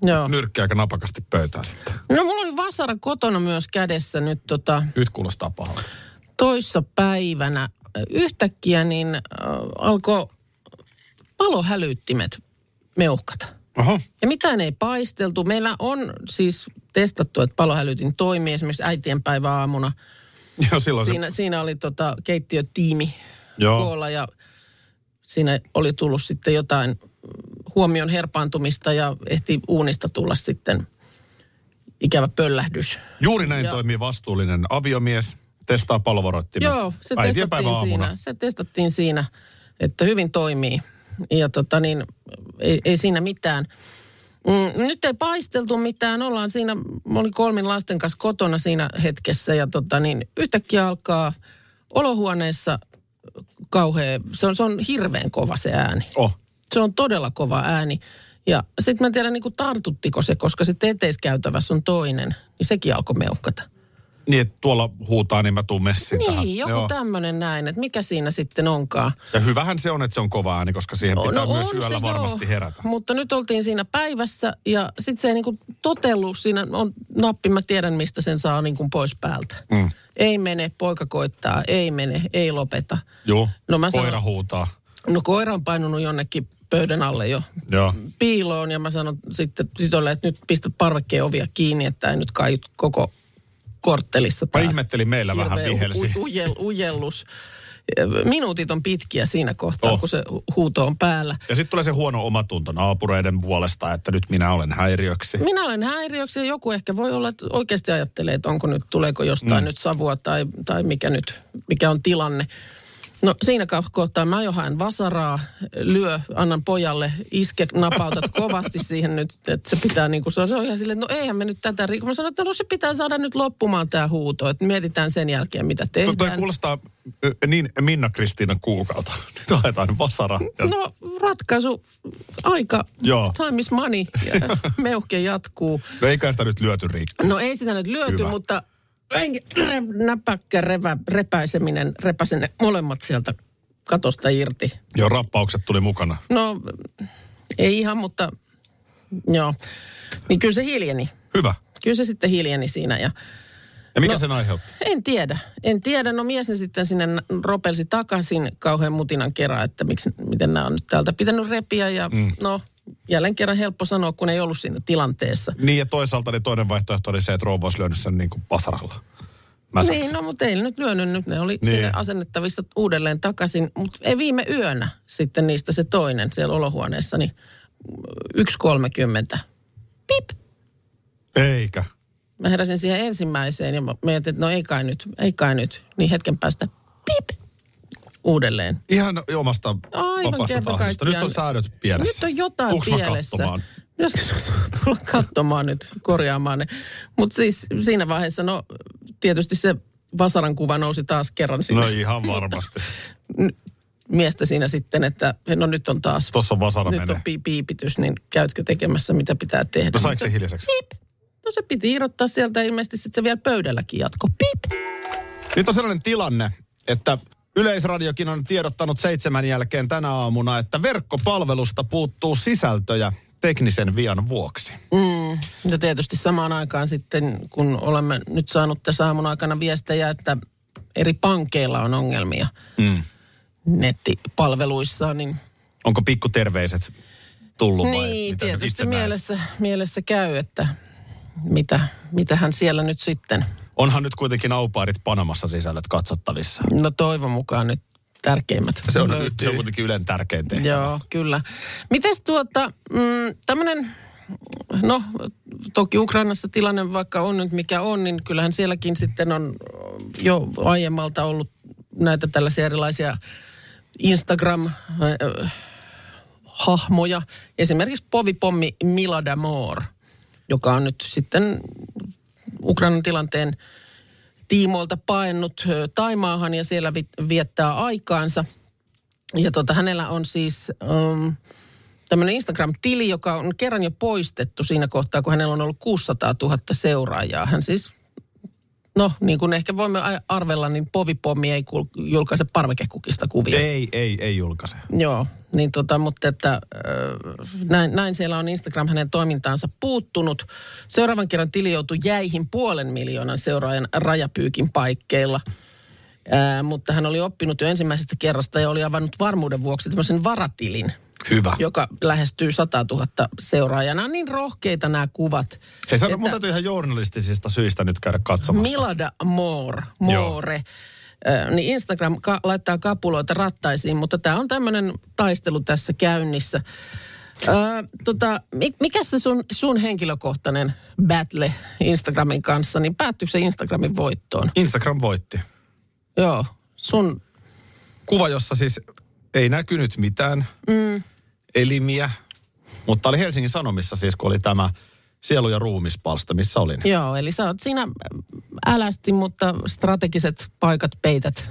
Speaker 3: Joo.
Speaker 2: Nyrkki aika napakasti pöytää sitten.
Speaker 3: No mulla oli vasara kotona myös kädessä nyt tota,
Speaker 2: Nyt kuulostaa pahalta.
Speaker 3: toissa päivänä. Yhtäkkiä niin äh, alkoi palohälyttimet meuhkata.
Speaker 2: Oho.
Speaker 3: Ja mitään ei paisteltu. Meillä on siis testattu, että palohälytin toimii esimerkiksi äitienpäivän aamuna.
Speaker 2: [LAUGHS] Joo, silloin Siinä...
Speaker 3: Siinä, siinä oli tota keittiötiimi
Speaker 2: Joo.
Speaker 3: koolla ja siinä oli tullut sitten jotain mm, huomion herpaantumista ja ehti uunista tulla sitten ikävä pöllähdys.
Speaker 2: se... Juuri näin
Speaker 3: Joo.
Speaker 2: toimii vastuullinen aviomies. Testaa palvoroittimet.
Speaker 3: Joo, se
Speaker 2: Äitien päivän
Speaker 3: testattiin
Speaker 2: aamuna.
Speaker 3: siinä, se testattiin siinä, että hyvin toimii. Ja tota niin, ei, ei siinä mitään. Mm, nyt ei paisteltu mitään, ollaan siinä, mä olin kolmin lasten kanssa kotona siinä hetkessä ja tota niin, yhtäkkiä alkaa olohuoneessa kauhea, se on, se on hirveän kova se ääni.
Speaker 2: Oh.
Speaker 3: Se on todella kova ääni. Ja sitten mä en tiedä, niin kuin tartuttiko se, koska sitten eteiskäytävässä on toinen, niin sekin alkoi meuhkata.
Speaker 2: Niin, että tuolla huutaa, niin mä tuun messiin tähän.
Speaker 3: Niin, joku tämmöinen näin, että mikä siinä sitten onkaan.
Speaker 2: Ja hyvähän se on, että se on kova ääni, koska siihen pitää no, myös yöllä varmasti
Speaker 3: joo,
Speaker 2: herätä.
Speaker 3: Mutta nyt oltiin siinä päivässä ja sitten se ei niinku totellut. Siinä on nappi, mä tiedän mistä sen saa niinku pois päältä. Mm. Ei mene, poika koittaa, ei mene, ei lopeta.
Speaker 2: Joo,
Speaker 3: No mä
Speaker 2: koira
Speaker 3: sanon-
Speaker 2: huutaa.
Speaker 3: No koira on painunut jonnekin pöydän alle jo
Speaker 2: Joo.
Speaker 3: piiloon ja mä sanon sitten tytölle, että nyt pistä parvekkeen ovia kiinni, että ei nyt kaiut koko korttelissa.
Speaker 2: Mä
Speaker 3: tää
Speaker 2: ihmettelin meillä vähän
Speaker 3: hirveä
Speaker 2: vihelsi.
Speaker 3: u- ujel, ujellus. Minuutit on pitkiä siinä kohtaa,
Speaker 2: Oh.
Speaker 3: oh. kun se hu- huuto on päällä.
Speaker 2: Ja sitten tulee se huono omatunto naapureiden puolesta, että nyt minä olen häiriöksi.
Speaker 3: Minä olen häiriöksi ja joku ehkä voi olla, että oikeasti ajattelee, että onko nyt, tuleeko jostain mm. nyt savua tai, tai mikä nyt, mikä on tilanne. No siinä ka- kohtaa mä jo haen vasaraa, lyö, annan pojalle, iske,
Speaker 2: [LAUGHS]
Speaker 3: napautat kovasti siihen nyt, että se pitää niin kuin, se on se on ihan silleen, että no eihän me nyt tätä, ri- kun mä sanoin, että no se pitää saada nyt loppumaan tämä huuto, että mietitään sen jälkeen mitä
Speaker 2: Tuo toi
Speaker 3: tehdään.
Speaker 2: kuulostaa ö, niin Minna-Kristiina kuukautta. [LAUGHS] Nyt haetaan vasara. Ja
Speaker 3: No ratkaisu, aika,
Speaker 2: Joo.
Speaker 3: time is money,
Speaker 2: [LAUGHS]
Speaker 3: ja meuhke jatkuu.
Speaker 2: No eikä sitä nyt lyöty rikki.
Speaker 3: No ei sitä nyt lyöty,
Speaker 2: Hyvä.
Speaker 3: Hyvä. mutta renki- re- näpäkkä revä, repäiseminen, repäsin ne molemmat sieltä katosta irti.
Speaker 2: Joo, rappaukset tuli mukana.
Speaker 3: No ei ihan, mutta joo. Niin kyllä se hiljeni.
Speaker 2: Hyvä.
Speaker 3: Kyllä se sitten hiljeni siinä ja
Speaker 2: Ja mikä no. sen aiheutti?
Speaker 3: en tiedä. En tiedä. No mies ne sitten sinne n- ropelsi takaisin kauhean mutinan kerran, että miksi, miten nämä on nyt täältä pitänyt repiä. Ja mm. no, jälleen kerran helppo sanoa, kun ei ollut siinä tilanteessa.
Speaker 2: Niin ja toisaalta niin toinen vaihtoehto oli se, että rouva olisi lyönyt sen niin kuin vasaralla. Mäsäksi.
Speaker 3: Niin, no mutta ei nyt lyönyt, nyt ne oli
Speaker 2: Niin.
Speaker 3: niin. sinne asennettavissa uudelleen takaisin. Mutta ei viime yönä sitten niistä se toinen siellä olohuoneessa, niin 1.30. Pip!
Speaker 2: Eikä.
Speaker 3: Mä heräsin siihen ensimmäiseen ja mä mietin, että no ei kai nyt, ei kai nyt. Niin hetken päästä pip! Uudelleen.
Speaker 2: Ihan omasta
Speaker 3: Aivan
Speaker 2: vapaasta
Speaker 3: kerta
Speaker 2: tahdosta. Nyt
Speaker 3: kaikkiaan.
Speaker 2: on säädöt pielessä.
Speaker 3: Nyt on jotain
Speaker 2: Tuuks mä
Speaker 3: pielessä.
Speaker 2: katsomaan?
Speaker 3: Jos [LAUGHS] tulla katsomaan nyt, korjaamaan ne. Mutta siis siinä vaiheessa, no tietysti se vasaran kuva nousi taas kerran sinne.
Speaker 2: No ihan varmasti.
Speaker 3: miestä siinä sitten, että no nyt on taas,
Speaker 2: Tuossa on vasara
Speaker 3: nyt
Speaker 2: menee.
Speaker 3: on pi- piipitys, niin käytkö tekemässä mitä pitää tehdä?
Speaker 2: No saiko se
Speaker 3: Mutta-
Speaker 2: hiljaiseksi?
Speaker 3: Piip. No se piti irrottaa sieltä ilmeisesti, sitten se vielä pöydälläkin jatko. Piip.
Speaker 2: Nyt on sellainen tilanne, että Yleisradiokin on tiedottanut seitsemän jälkeen tänä aamuna, että verkkopalvelusta puuttuu sisältöjä teknisen vian vuoksi.
Speaker 3: Ja tietysti samaan aikaan sitten, kun olemme nyt saanut tässä aamun aikana viestejä, että eri pankeilla on ongelmia mm. nettipalveluissaan, niin
Speaker 2: Onko pikkuterveiset tullut vai
Speaker 3: niin,
Speaker 2: mitä
Speaker 3: tietysti
Speaker 2: itse näet?
Speaker 3: mielessä, mielessä käy, että mitä, mitähän siellä nyt sitten –
Speaker 2: Onhan nyt kuitenkin aupaarit Panamassa sisällöt katsottavissa.
Speaker 3: No toivon mukaan nyt tärkeimmät
Speaker 2: Se on,
Speaker 3: löytyy.
Speaker 2: se on kuitenkin Ylen tärkein tehtävä.
Speaker 3: Joo, kyllä. Mites tuota, mm, tämmöinen, no toki Ukrainassa tilanne vaikka on nyt mikä on, niin kyllähän sielläkin sitten on jo aiemmalta ollut näitä tällaisia erilaisia äh, Instagram-hahmoja. Esimerkiksi povipommi Milada Moore, joka on nyt sitten Ukrainan tilanteen tiimoilta paennut ö, Taimaahan ja siellä vi- viettää aikaansa. Ja tota, hänellä on siis um, tämmöinen Instagram-tili, joka on kerran jo poistettu siinä kohtaa, kun hänellä on ollut 600 000 seuraajaa. Hän siis, no niin kuin ehkä voimme a- arvella, niin povipommi ei kul- julkaise parvekekukista kuvia.
Speaker 2: Ei, ei, ei julkaise.
Speaker 3: Joo, niin tota, mutta että äh, näin, näin siellä on Instagram hänen toimintaansa puuttunut. Seuraavan kerran tili joutui jäihin puolen miljoonan seuraajan rajapyykin paikkeilla. Äh, mutta hän oli oppinut jo ensimmäisestä kerrasta ja oli avannut varmuuden vuoksi tämmöisen varatilin,
Speaker 2: Hyvä.
Speaker 3: joka lähestyy 100 000 seuraajaa. Nämä on niin rohkeita nämä kuvat.
Speaker 2: Hei, sä,
Speaker 3: että-
Speaker 2: mun täytyy ihan journalistisista syistä nyt käydä katsomassa.
Speaker 3: Milada Moore,
Speaker 2: Joo.
Speaker 3: Moore. Ö, Niin Instagram ka- laittaa kapuloita rattaisiin, mutta tämä on tämmöinen taistelu tässä käynnissä. Ö, tota, mi- mikä se sun, sun henkilökohtainen battle Instagramin kanssa, niin päättyykö se Instagramin voittoon?
Speaker 2: Instagram voitti.
Speaker 3: Joo, sun,
Speaker 2: Kuva, jossa siis ei näkynyt mitään mm. elimiä, mutta oli Helsingin Sanomissa siis, kun oli tämä sielu- ja ruumispalsta, missä olin.
Speaker 3: joo, eli sä oot siinä älästi, mutta strategiset paikat peität.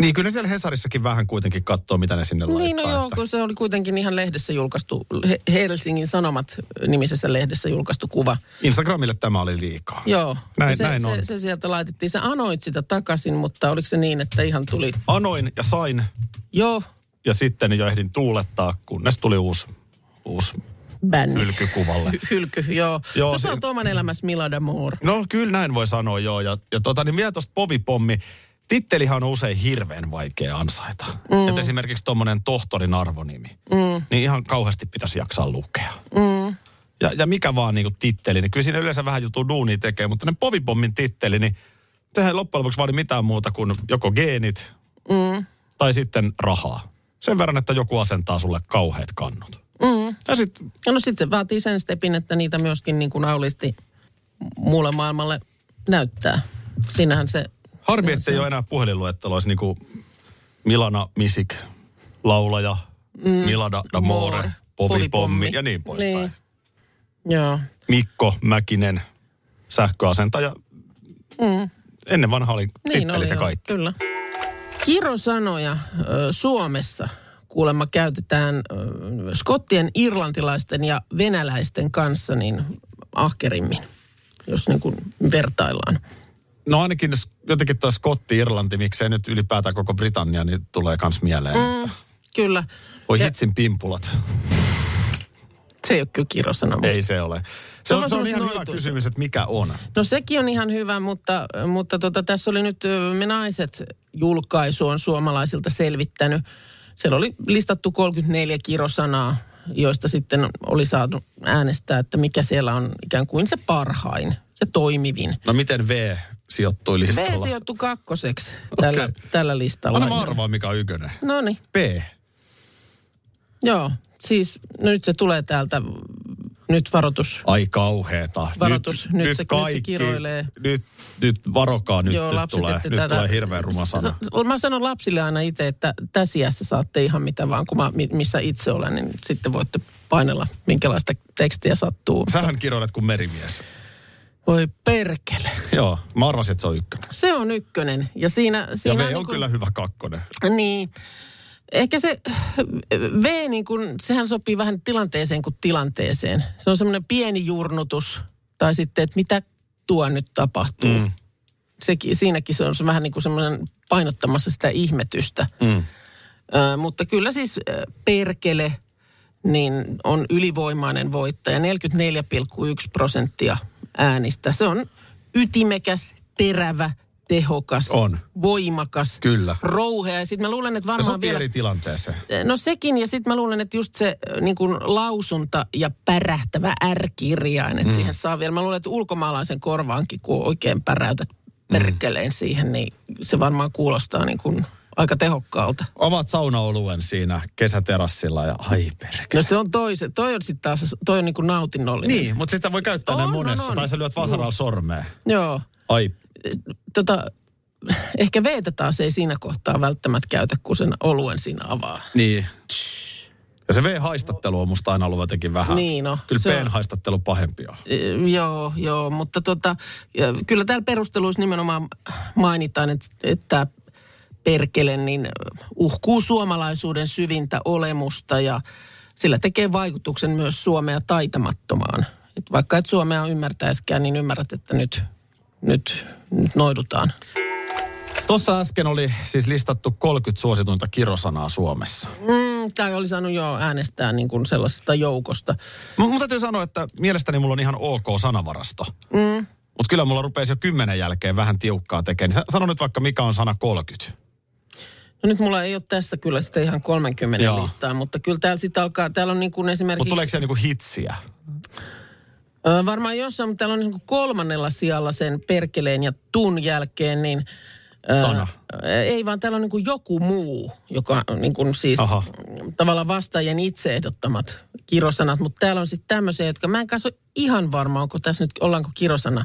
Speaker 2: Niin, kyllä ne siellä Hesarissakin vähän kuitenkin katsoo, mitä ne sinne laittaa.
Speaker 3: Niin, no joo,
Speaker 2: että-
Speaker 3: kun se oli kuitenkin ihan lehdessä julkaistu, He- Helsingin Sanomat nimisessä lehdessä julkaistu kuva.
Speaker 2: Instagramille tämä oli liikaa.
Speaker 3: Joo.
Speaker 2: Näin-
Speaker 3: se,
Speaker 2: näin
Speaker 3: se,
Speaker 2: on.
Speaker 3: Se sieltä laitettiin. Sä anoit sitä takaisin, mutta oliko se niin, että ihan tuli...
Speaker 2: Anoin ja sain
Speaker 3: Joo,
Speaker 2: ja sitten jo ehdin tuulettaa, kunnes tuli uusi, uusi
Speaker 3: bänni.
Speaker 2: ylkykuvalle.
Speaker 3: Hy- Hylky, joo. joo
Speaker 2: Joo,
Speaker 3: no, se
Speaker 2: se-
Speaker 3: on tuoman elämässä Milada Moore.
Speaker 2: No kyllä näin voi sanoa joo. Ja, ja tota, niin vielä tuosta povipommi. Tittelihan on usein hirveän vaikea ansaita. Mm. Et esimerkiksi tuommoinen tohtorin arvonimi. Mm. Niin ihan kauheasti pitäisi jaksaa lukea. Mm. Ja, ja mikä vaan niin kuin titteli, niin kyllä siinä yleensä vähän joutuu duunia tekemään. Mutta ne povipommin titteli, niin sehän ei loppujen lopuksi vaadi mitään muuta kuin joko geenit
Speaker 3: Mm.
Speaker 2: tai sitten rahaa. Sen verran, että joku asentaa sulle kauheat kannut.
Speaker 3: Mm.
Speaker 2: Ja sitten
Speaker 3: No sitten se vaatii sen stepin, että niitä myöskin niin kuin aulisti muulle maailmalle näyttää. Siinähän se...
Speaker 2: Harmi,
Speaker 3: siinähän
Speaker 2: että
Speaker 3: se-
Speaker 2: ei ole enää puhelinluetteloissa niin kuin Milana Misik, laulaja, mm. Milada Damore,
Speaker 3: Moore,
Speaker 2: Povi
Speaker 3: Povipommi.
Speaker 2: Pommi ja niin poispäin.
Speaker 3: Niin.
Speaker 2: Niin.
Speaker 3: Joo.
Speaker 2: Mikko Mäkinen, sähköasentaja. Mm. Ennen vanha oli
Speaker 3: Niin
Speaker 2: tittelit
Speaker 3: oli,
Speaker 2: ja
Speaker 3: joo,
Speaker 2: kaikki.
Speaker 3: kyllä. Kirosanoja ö, Suomessa kuulemma käytetään ö, skottien, irlantilaisten ja venäläisten kanssa niin ahkerimmin, jos niin kuin vertaillaan.
Speaker 2: No ainakin jos jotenkin tuo Skotti, Irlanti, miksei nyt ylipäätään koko Britannia, niin tulee kans mieleen. Mm.
Speaker 3: Kyllä.
Speaker 2: Voi
Speaker 3: Ja-
Speaker 2: hitsin pimpulat.
Speaker 3: Se ei ole kyllä kirosana musta.
Speaker 2: Ei se ole.
Speaker 3: Se
Speaker 2: Se
Speaker 3: on
Speaker 2: on, se on
Speaker 3: semmoista
Speaker 2: ihan hyvä
Speaker 3: noituutta.
Speaker 2: kysymys, että mikä on.
Speaker 3: No sekin on ihan hyvä, mutta, mutta tota, tässä oli nyt ö, Me naiset julkaisu on suomalaisilta selvittänyt. Siellä oli listattu 34 kirosanaa, joista sitten oli saatu äänestää, että mikä siellä on ikään kuin se parhain ja toimivin.
Speaker 2: No miten V sijoittui
Speaker 3: V
Speaker 2: listalla?
Speaker 3: sijoittui kakkoseksi tällä, okay. tällä listalla.
Speaker 2: Anna mä arvaa, mikä on ykkönen.
Speaker 3: No niin,
Speaker 2: P.
Speaker 3: joo. Siis no nyt se tulee täältä mm, nyt varoitus.
Speaker 2: Ai kauheeta.
Speaker 3: Varoitus, nyt se- nyt se
Speaker 2: kaikki,
Speaker 3: kiroilee.
Speaker 2: Nyt, nyt varokaa, nyt,
Speaker 3: Joo,
Speaker 2: Joo, nyt
Speaker 3: lapset,
Speaker 2: tulee,
Speaker 3: ette
Speaker 2: nyt
Speaker 3: tätä-
Speaker 2: tulee hirveän ruma sana.
Speaker 3: S- s- Mä sanon lapsille aina itse, että tässä iässä saatte ihan mitä vaan, kun mä, mi- missä itse olen, niin sitten voitte painella, minkälaista tekstiä sattuu.
Speaker 2: Sähän kiroilet kuin merimies.
Speaker 3: Voi perkele.
Speaker 2: [LAUGHS] Joo, mä arvasin, että se on ykkönen.
Speaker 3: Se on ykkönen. Ja siinä,
Speaker 2: Ja
Speaker 3: siinä niinku
Speaker 2: V on kyllä hyvä kakkonen.
Speaker 3: Niin. Ehkä se V, niin kun, sehän sopii vähän tilanteeseen kuin tilanteeseen. Se on semmoinen pieni jurnutus. Tai sitten, että mitä tuo nyt tapahtuu. Mm. Sekin, siinäkin se on se vähän niin kuin semmoinen painottamassa sitä ihmetystä. Mm. Ö, mutta kyllä siis ö, perkele niin on ylivoimainen voittaja. 44,1 prosenttia äänistä. Se on ytimekäs, terävä, tehokas,
Speaker 2: On.
Speaker 3: voimakas,
Speaker 2: Kyllä.
Speaker 3: rouhea. Ja sitten mä luulen,
Speaker 2: Ja se
Speaker 3: että
Speaker 2: on
Speaker 3: varmaan vielä...
Speaker 2: eri tilanteeseen.
Speaker 3: No sekin, ja sitten mä luulen, että just se ö, niin kuin lausunta ja pärähtävä R-kirjain, että mm. siihen saa vielä. Mä luulen, että ulkomaalaisen korvaankin, kun oikein päräytät perkeleen mm. siihen, niin se varmaan kuulostaa niin kuin aika tehokkaalta.
Speaker 2: Avaat saunaoluen siinä kesäterassilla ja ai perkele.
Speaker 3: No se on toise, toi on sitten taas, toi on niin kuin nautinnollinen.
Speaker 2: Niin, mutta sitä voi käyttää näin
Speaker 3: On, on,
Speaker 2: monessa.
Speaker 3: on.
Speaker 2: Tai sä lyöt vasaralla sormeen.
Speaker 3: Joo.
Speaker 2: Ai,
Speaker 3: Tota, ehkä veetä taas ei siinä kohtaa välttämättä käytä, kun sen oluen siinä avaa.
Speaker 2: niin. Ja se V-haistattelu on musta aina ollut jotenkin vähän.
Speaker 3: Niin, no,
Speaker 2: Kyllä
Speaker 3: se on.
Speaker 2: P-haistattelu pahempi on.
Speaker 3: Eh, Joo, joo, mutta tota, ja kyllä täällä perusteluissa nimenomaan mainitaan, että, että perkele niin uhkuu suomalaisuuden syvintä olemusta ja sillä tekee vaikutuksen myös Suomea taitamattomaan. Et vaikka et Suomea ymmärtäisikään, niin ymmärrät, että nyt, nyt, nyt noidutaan.
Speaker 2: Tuossa äsken oli siis listattu 30 suosituinta kirosanaa Suomessa.
Speaker 3: Mm, tämä oli saanut jo äänestää niin kuin sellaisesta joukosta.
Speaker 2: M- mun täytyy sanoa, että mielestäni mulla on ihan ok sanavarasto. Mm. Mutta kyllä mulla rupeisi jo kymmenen jälkeen vähän tiukkaa tekemään. Niin sa- Sano nyt vaikka, mikä on sana 30.
Speaker 3: No nyt mulla ei ole tässä kyllä sitä ihan 30
Speaker 2: Joo.
Speaker 3: Joo. listaa, mutta kyllä täällä sitten alkaa, täällä on niin kuin esimerkiksi...
Speaker 2: Mutta tuleeko siellä niinku hitsiä?
Speaker 3: Ö, Varmaan jossain, mutta täällä on niin kolmannella sijalla sen perkeleen ja tun jälkeen, niin... ö,
Speaker 2: Tana.
Speaker 3: ö, Ei, vaan täällä on niin kuin joku muu, joka on niin kuin siis
Speaker 2: Aha.
Speaker 3: Aha. tavallaan vastaajien itse ehdottamat kirosanat. Mutta täällä on sitten tämmöisiä, jotka mä en kanssa ole ihan varma, onko tässä nyt, ollaanko kirosana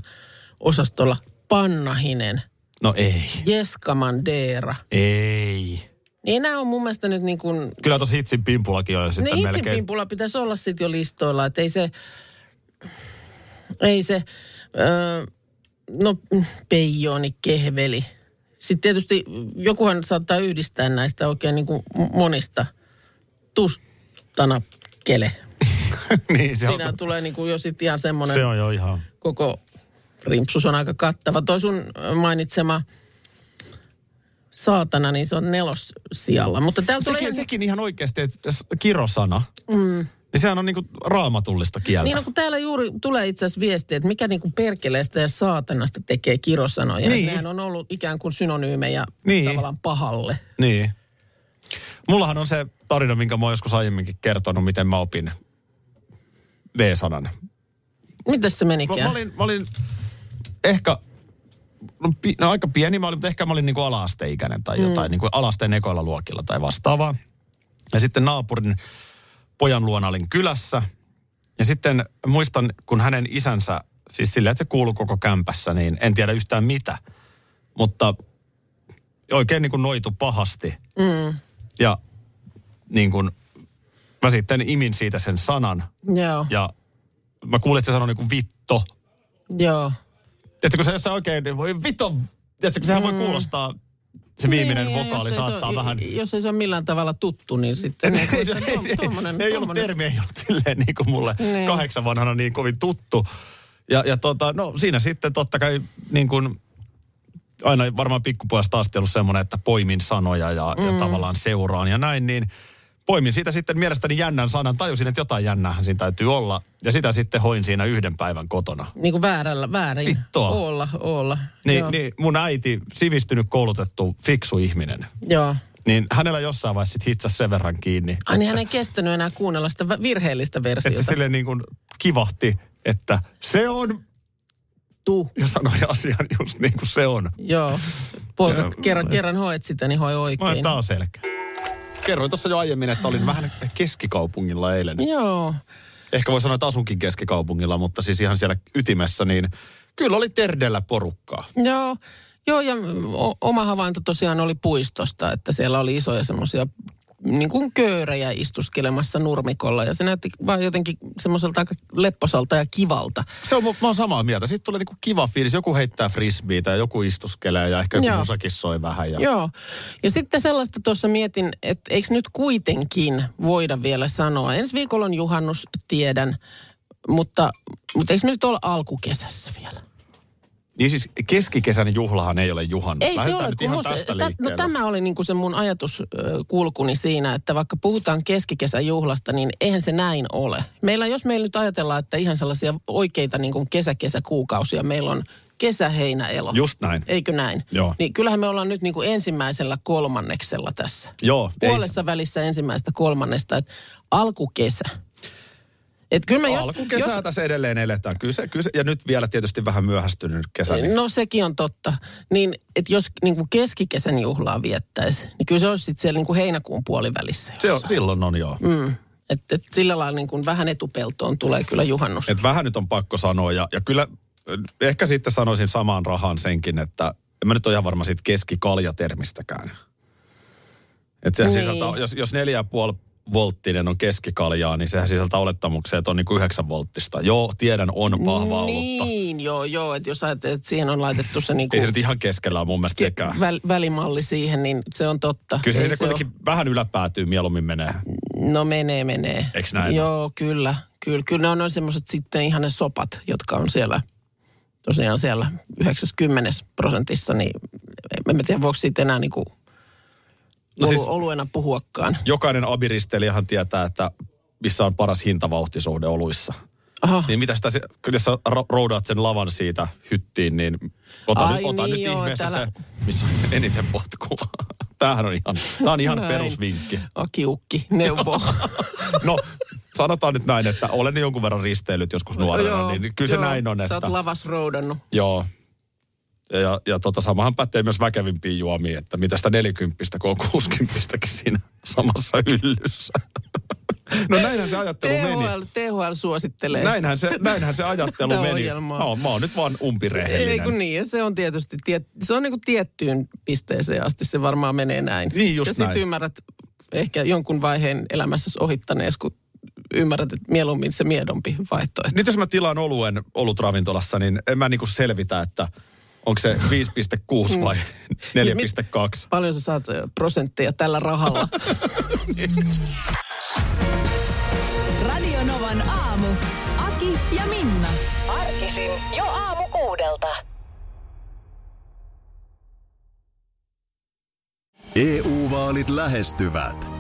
Speaker 3: osastolla. Pannahinen,
Speaker 2: No ei.
Speaker 3: Jeskamandeera.
Speaker 2: Ei.
Speaker 3: Niin nämä on mun mielestä nyt niin kuin
Speaker 2: Kyllä tuossa hitsin pimpulakin on jo sitten
Speaker 3: ne
Speaker 2: melkein.
Speaker 3: itsepimpula pitäisi olla sitten jo listoilla, että ei se, ei se, öö, no peijoni, kehveli. Sitten tietysti jokuhan saattaa yhdistää näistä oikein niin kuin monista. Tustana kele.
Speaker 2: [LAUGHS] niin, se on,
Speaker 3: Siinä tulee niin kuin jo sitten ihan semmoinen
Speaker 2: se on jo ihan.
Speaker 3: koko rimpsus on aika kattava. Toi sun mainitsema saatana, niin se on nelos sijalla. Mutta täällä tulee...
Speaker 2: Sekin,
Speaker 3: ihan-
Speaker 2: sekin ihan oikeasti, että s- kirosana. Mm. Niin sehän on niinku raamatullista kieltä.
Speaker 3: Niin no, kun täällä juuri tulee itse asiassa viesti, että mikä niin kuin perkeleestä ja saatanasta tekee kirosanoja.
Speaker 2: Niin.
Speaker 3: Niin. Nämä on ollut ikään kuin synonyymejä
Speaker 2: Niin.
Speaker 3: niin. tavallaan pahalle.
Speaker 2: Niin. Mullahan on se tarina, minkä mä oon joskus aiemminkin kertonut, miten mä opin V-sanan.
Speaker 3: Mitäs se
Speaker 2: Mä,
Speaker 3: menikään?
Speaker 2: mä, olin, mä olin ehkä, no, pi, no aika pieni mä olin, mutta ehkä mä olin niinku ala-asteikäinen tai jotain, mm. niinku ala-asteen ekoilla luokilla tai vastaavaa. Ja sitten naapurin pojan luona olin kylässä. Ja sitten muistan, kun hänen isänsä, siis sillä, että se kuului koko kämpässä, niin en tiedä yhtään mitä. Mutta oikein niin kuin noitu pahasti. Mm. Ja niin kuin, mä sitten imin siitä sen sanan.
Speaker 3: Joo, ja.
Speaker 2: Ja mä kuulin, että se sanoi niin kuin vitto.
Speaker 3: joo.
Speaker 2: Tiedätkö, kun se jossain oikein, niin voi vitto. Tiedätkö, kun sehän mm. voi kuulostaa, se viimeinen
Speaker 3: Niin,
Speaker 2: niin,
Speaker 3: ja
Speaker 2: vokaali
Speaker 3: jos ei se
Speaker 2: saattaa
Speaker 3: ole-
Speaker 2: vähän...
Speaker 3: Jos ei se ole millään tavalla tuttu, niin sitten... niin,
Speaker 2: ei,
Speaker 3: kuin,
Speaker 2: se-
Speaker 3: että
Speaker 2: ei,
Speaker 3: tuom-
Speaker 2: [LAUGHS] ei,
Speaker 3: tuommoinen-
Speaker 2: ei ollut
Speaker 3: tuommoinen-
Speaker 2: termi, ei ollut silleen niin kuin mulle
Speaker 3: Niin.
Speaker 2: kahdeksan vanhana niin kovin tuttu. Ja, ja tota, no siinä sitten totta kai niin kuin aina varmaan pikkupojasta asti ollut semmoinen, että poimin sanoja ja, mm. ja tavallaan seuraan ja näin, niin poimin siitä sitten mielestäni jännän sanan, tajusin, että jotain jännähän siinä täytyy olla. Ja sitä sitten hoin siinä yhden päivän kotona.
Speaker 3: Niin kuin väärällä, väärin.
Speaker 2: Vittua.
Speaker 3: Olla, olla.
Speaker 2: Niin,
Speaker 3: joo.
Speaker 2: niin mun äiti, sivistynyt, koulutettu, fiksu ihminen,
Speaker 3: joo.
Speaker 2: niin hänellä jossain vaiheessa sit hitsasi sen verran kiinni.
Speaker 3: Ai niin, hän ei kestänyt enää kuunnella sitä vä- virheellistä
Speaker 2: Että se
Speaker 3: versiota.
Speaker 2: silleen niin kuin kivahti, että se on,
Speaker 3: Tu.
Speaker 2: ja sanoi asian just niin kuin se on.
Speaker 3: Joo. Poika, kerran, kerran hoet sitä, niin hoi
Speaker 2: Mä
Speaker 3: oikein.
Speaker 2: en taas selkeä. Kerroin tuossa jo aiemmin, että olin vähän keskikaupungilla eilen.
Speaker 3: Joo.
Speaker 2: Ehkä voi sanoa, että asunkin keskikaupungilla, mutta siis ihan siellä ytimessä, niin kyllä oli terdellä porukkaa.
Speaker 3: Joo, joo ja o- oma havainto tosiaan oli puistosta, että siellä oli isoja semmoisia niin kuin köörejä istuskelemassa nurmikolla ja se näytti vaan jotenkin semmoiselta aika lepposalta ja kivalta.
Speaker 2: Se on, mä oon samaa mieltä. Siitä tulee niinku kiva fiilis. Joku heittää frisbeitä ja joku istuskelee ja ehkä joku
Speaker 3: Joo.
Speaker 2: musakin soi vähän. Ja...
Speaker 3: Joo, ja sitten sellaista tuossa mietin, että eikö nyt kuitenkin voida vielä sanoa. Ensi viikolla on juhannus, tiedän, mutta, mutta eikö nyt olla alkukesässä vielä?
Speaker 2: Niin siis keskikesän juhlahan ei ole juhannus.
Speaker 3: Ei se
Speaker 2: Lähdetään
Speaker 3: ole,
Speaker 2: nyt
Speaker 3: kun
Speaker 2: ihan
Speaker 3: musta-
Speaker 2: tästä
Speaker 3: tä- no,
Speaker 2: liikkeelle.
Speaker 3: tämä oli niin kuin se mun ajatuskulkuni siinä, että vaikka puhutaan keskikesän juhlasta, niin eihän se näin ole. Meillä, jos meillä nyt ajatellaan, että ihan sellaisia oikeita niin kuin kesä-kesäkuukausia, meillä on kesä, heinä, elo.
Speaker 2: Just näin.
Speaker 3: Eikö näin?
Speaker 2: Joo.
Speaker 3: Niin kyllähän me ollaan nyt niin kuin ensimmäisellä kolmanneksella tässä.
Speaker 2: Joo, ei
Speaker 3: Puolessa välissä ensimmäistä kolmannesta, että alkukesä. Et kyllä me No jos-
Speaker 2: Alkukesää
Speaker 3: jos,
Speaker 2: tässä edelleen eletään. Kyllä se, kyllä se, ja nyt vielä tietysti vähän myöhästynyt kesä. Niin
Speaker 3: No sekin on totta. Niin, että jos niin kuin keskikesän juhlaa viettäisi, niin kyllä se olisi sitten siellä niin kuin heinäkuun puolivälissä.
Speaker 2: se on, silloin on joo. Mm.
Speaker 3: Et, et sillä lailla niin kuin vähän etupeltoon tulee kyllä juhannus.
Speaker 2: Et vähän nyt on pakko sanoa. Ja, ja kyllä eh, ehkä sitten sanoisin samaan rahaan senkin, että en mä nyt ole ihan varma siitä keskikaljatermistäkään. Et sehän niin.
Speaker 3: Niin.
Speaker 2: sisältää, jos, jos neljä ja puoli volttinen on keskikaljaa, niin sehän sisältää olettamuksia, että on niin kuin 9 volttista. Joo, tiedän, on vahvaa niin. olutta.
Speaker 3: Niin, joo, joo. Että jos ajattelet, että siihen on laitettu se niinku
Speaker 2: Ei se nyt ihan keskellä ole mun mielestä sekään.
Speaker 3: väl, välimalli siihen, niin se on totta.
Speaker 2: Kyllä se
Speaker 3: Ei
Speaker 2: sinne
Speaker 3: ole-
Speaker 2: kuitenkin vähän yläpäätyy mieluummin menee.
Speaker 3: No menee, menee.
Speaker 2: Eiks näin
Speaker 3: Joo, kyllä. Kyllä, kyllä ne on, on semmoiset sitten ihan ne sopat, jotka on siellä tosiaan siellä 90 prosentissa, niin en mä tiedä, voiko siitä enää niinku
Speaker 2: No
Speaker 3: no
Speaker 2: siis-
Speaker 3: siis... oluena puhuakaan.
Speaker 2: Jokainen abiristeilijähän tietää, että missä on paras hintavauhtisuhde oluissa.
Speaker 3: Aha.
Speaker 2: Niin mitä sitä, se- kun jos sä ro- roudaat sen lavan siitä hyttiin, niin ota,
Speaker 3: Ai
Speaker 2: nyt, ota
Speaker 3: niin
Speaker 2: nyt
Speaker 3: joo,
Speaker 2: ihmeessä
Speaker 3: täällä-
Speaker 2: se, missä on eniten potkua. Tämähän on ihan, tää on ihan
Speaker 3: Näin.
Speaker 2: perusvinkki.
Speaker 3: Akiukki, neuvo.
Speaker 2: No, sanotaan nyt näin, että olen jonkun verran risteillyt joskus [LAUGHS] nuorena, niin kyllä se
Speaker 3: [LAUGHS] joo.
Speaker 2: näin on,
Speaker 3: Sä
Speaker 2: että...
Speaker 3: oot lavas roudannut.
Speaker 2: Joo. Ja, ja tota, samahan pätee myös väkevimpiin juomiin, että mitä sitä nelikymppistä, kun on kuusikymppistäkin siinä samassa hyllyssä. No näinhän se ajattelu meni.
Speaker 3: THL, THL suosittelee.
Speaker 2: Näinhän se, näinhän se ajattelu
Speaker 3: Tätä
Speaker 2: meni.
Speaker 3: ohjelmaa.
Speaker 2: Mä oon, mä oon nyt vaan umpirehellinen.
Speaker 3: Ei kun niin, ja se on tietysti, tiet, se on niinku tiettyyn pisteeseen asti, se varmaan menee näin.
Speaker 2: Niin, just
Speaker 3: ja sit
Speaker 2: näin.
Speaker 3: ymmärrät ehkä jonkun vaiheen elämässäsi ohittanees, kun ymmärrät, että mieluummin se miedompi vaihtoehto.
Speaker 2: Nyt jos mä tilaan oluen olutravintolassa, niin en mä niinku selvitä, että onko se 5,6 vai
Speaker 3: Mm.
Speaker 2: 4,2.
Speaker 3: Paljon sä saat ö, prosentteja tällä
Speaker 2: [LAUGHS]
Speaker 3: rahalla.
Speaker 1: Radio Novan aamu. Aki ja Minna.
Speaker 6: Arkisin jo aamu kuudelta.
Speaker 5: EU-vaalit E lähestyvät.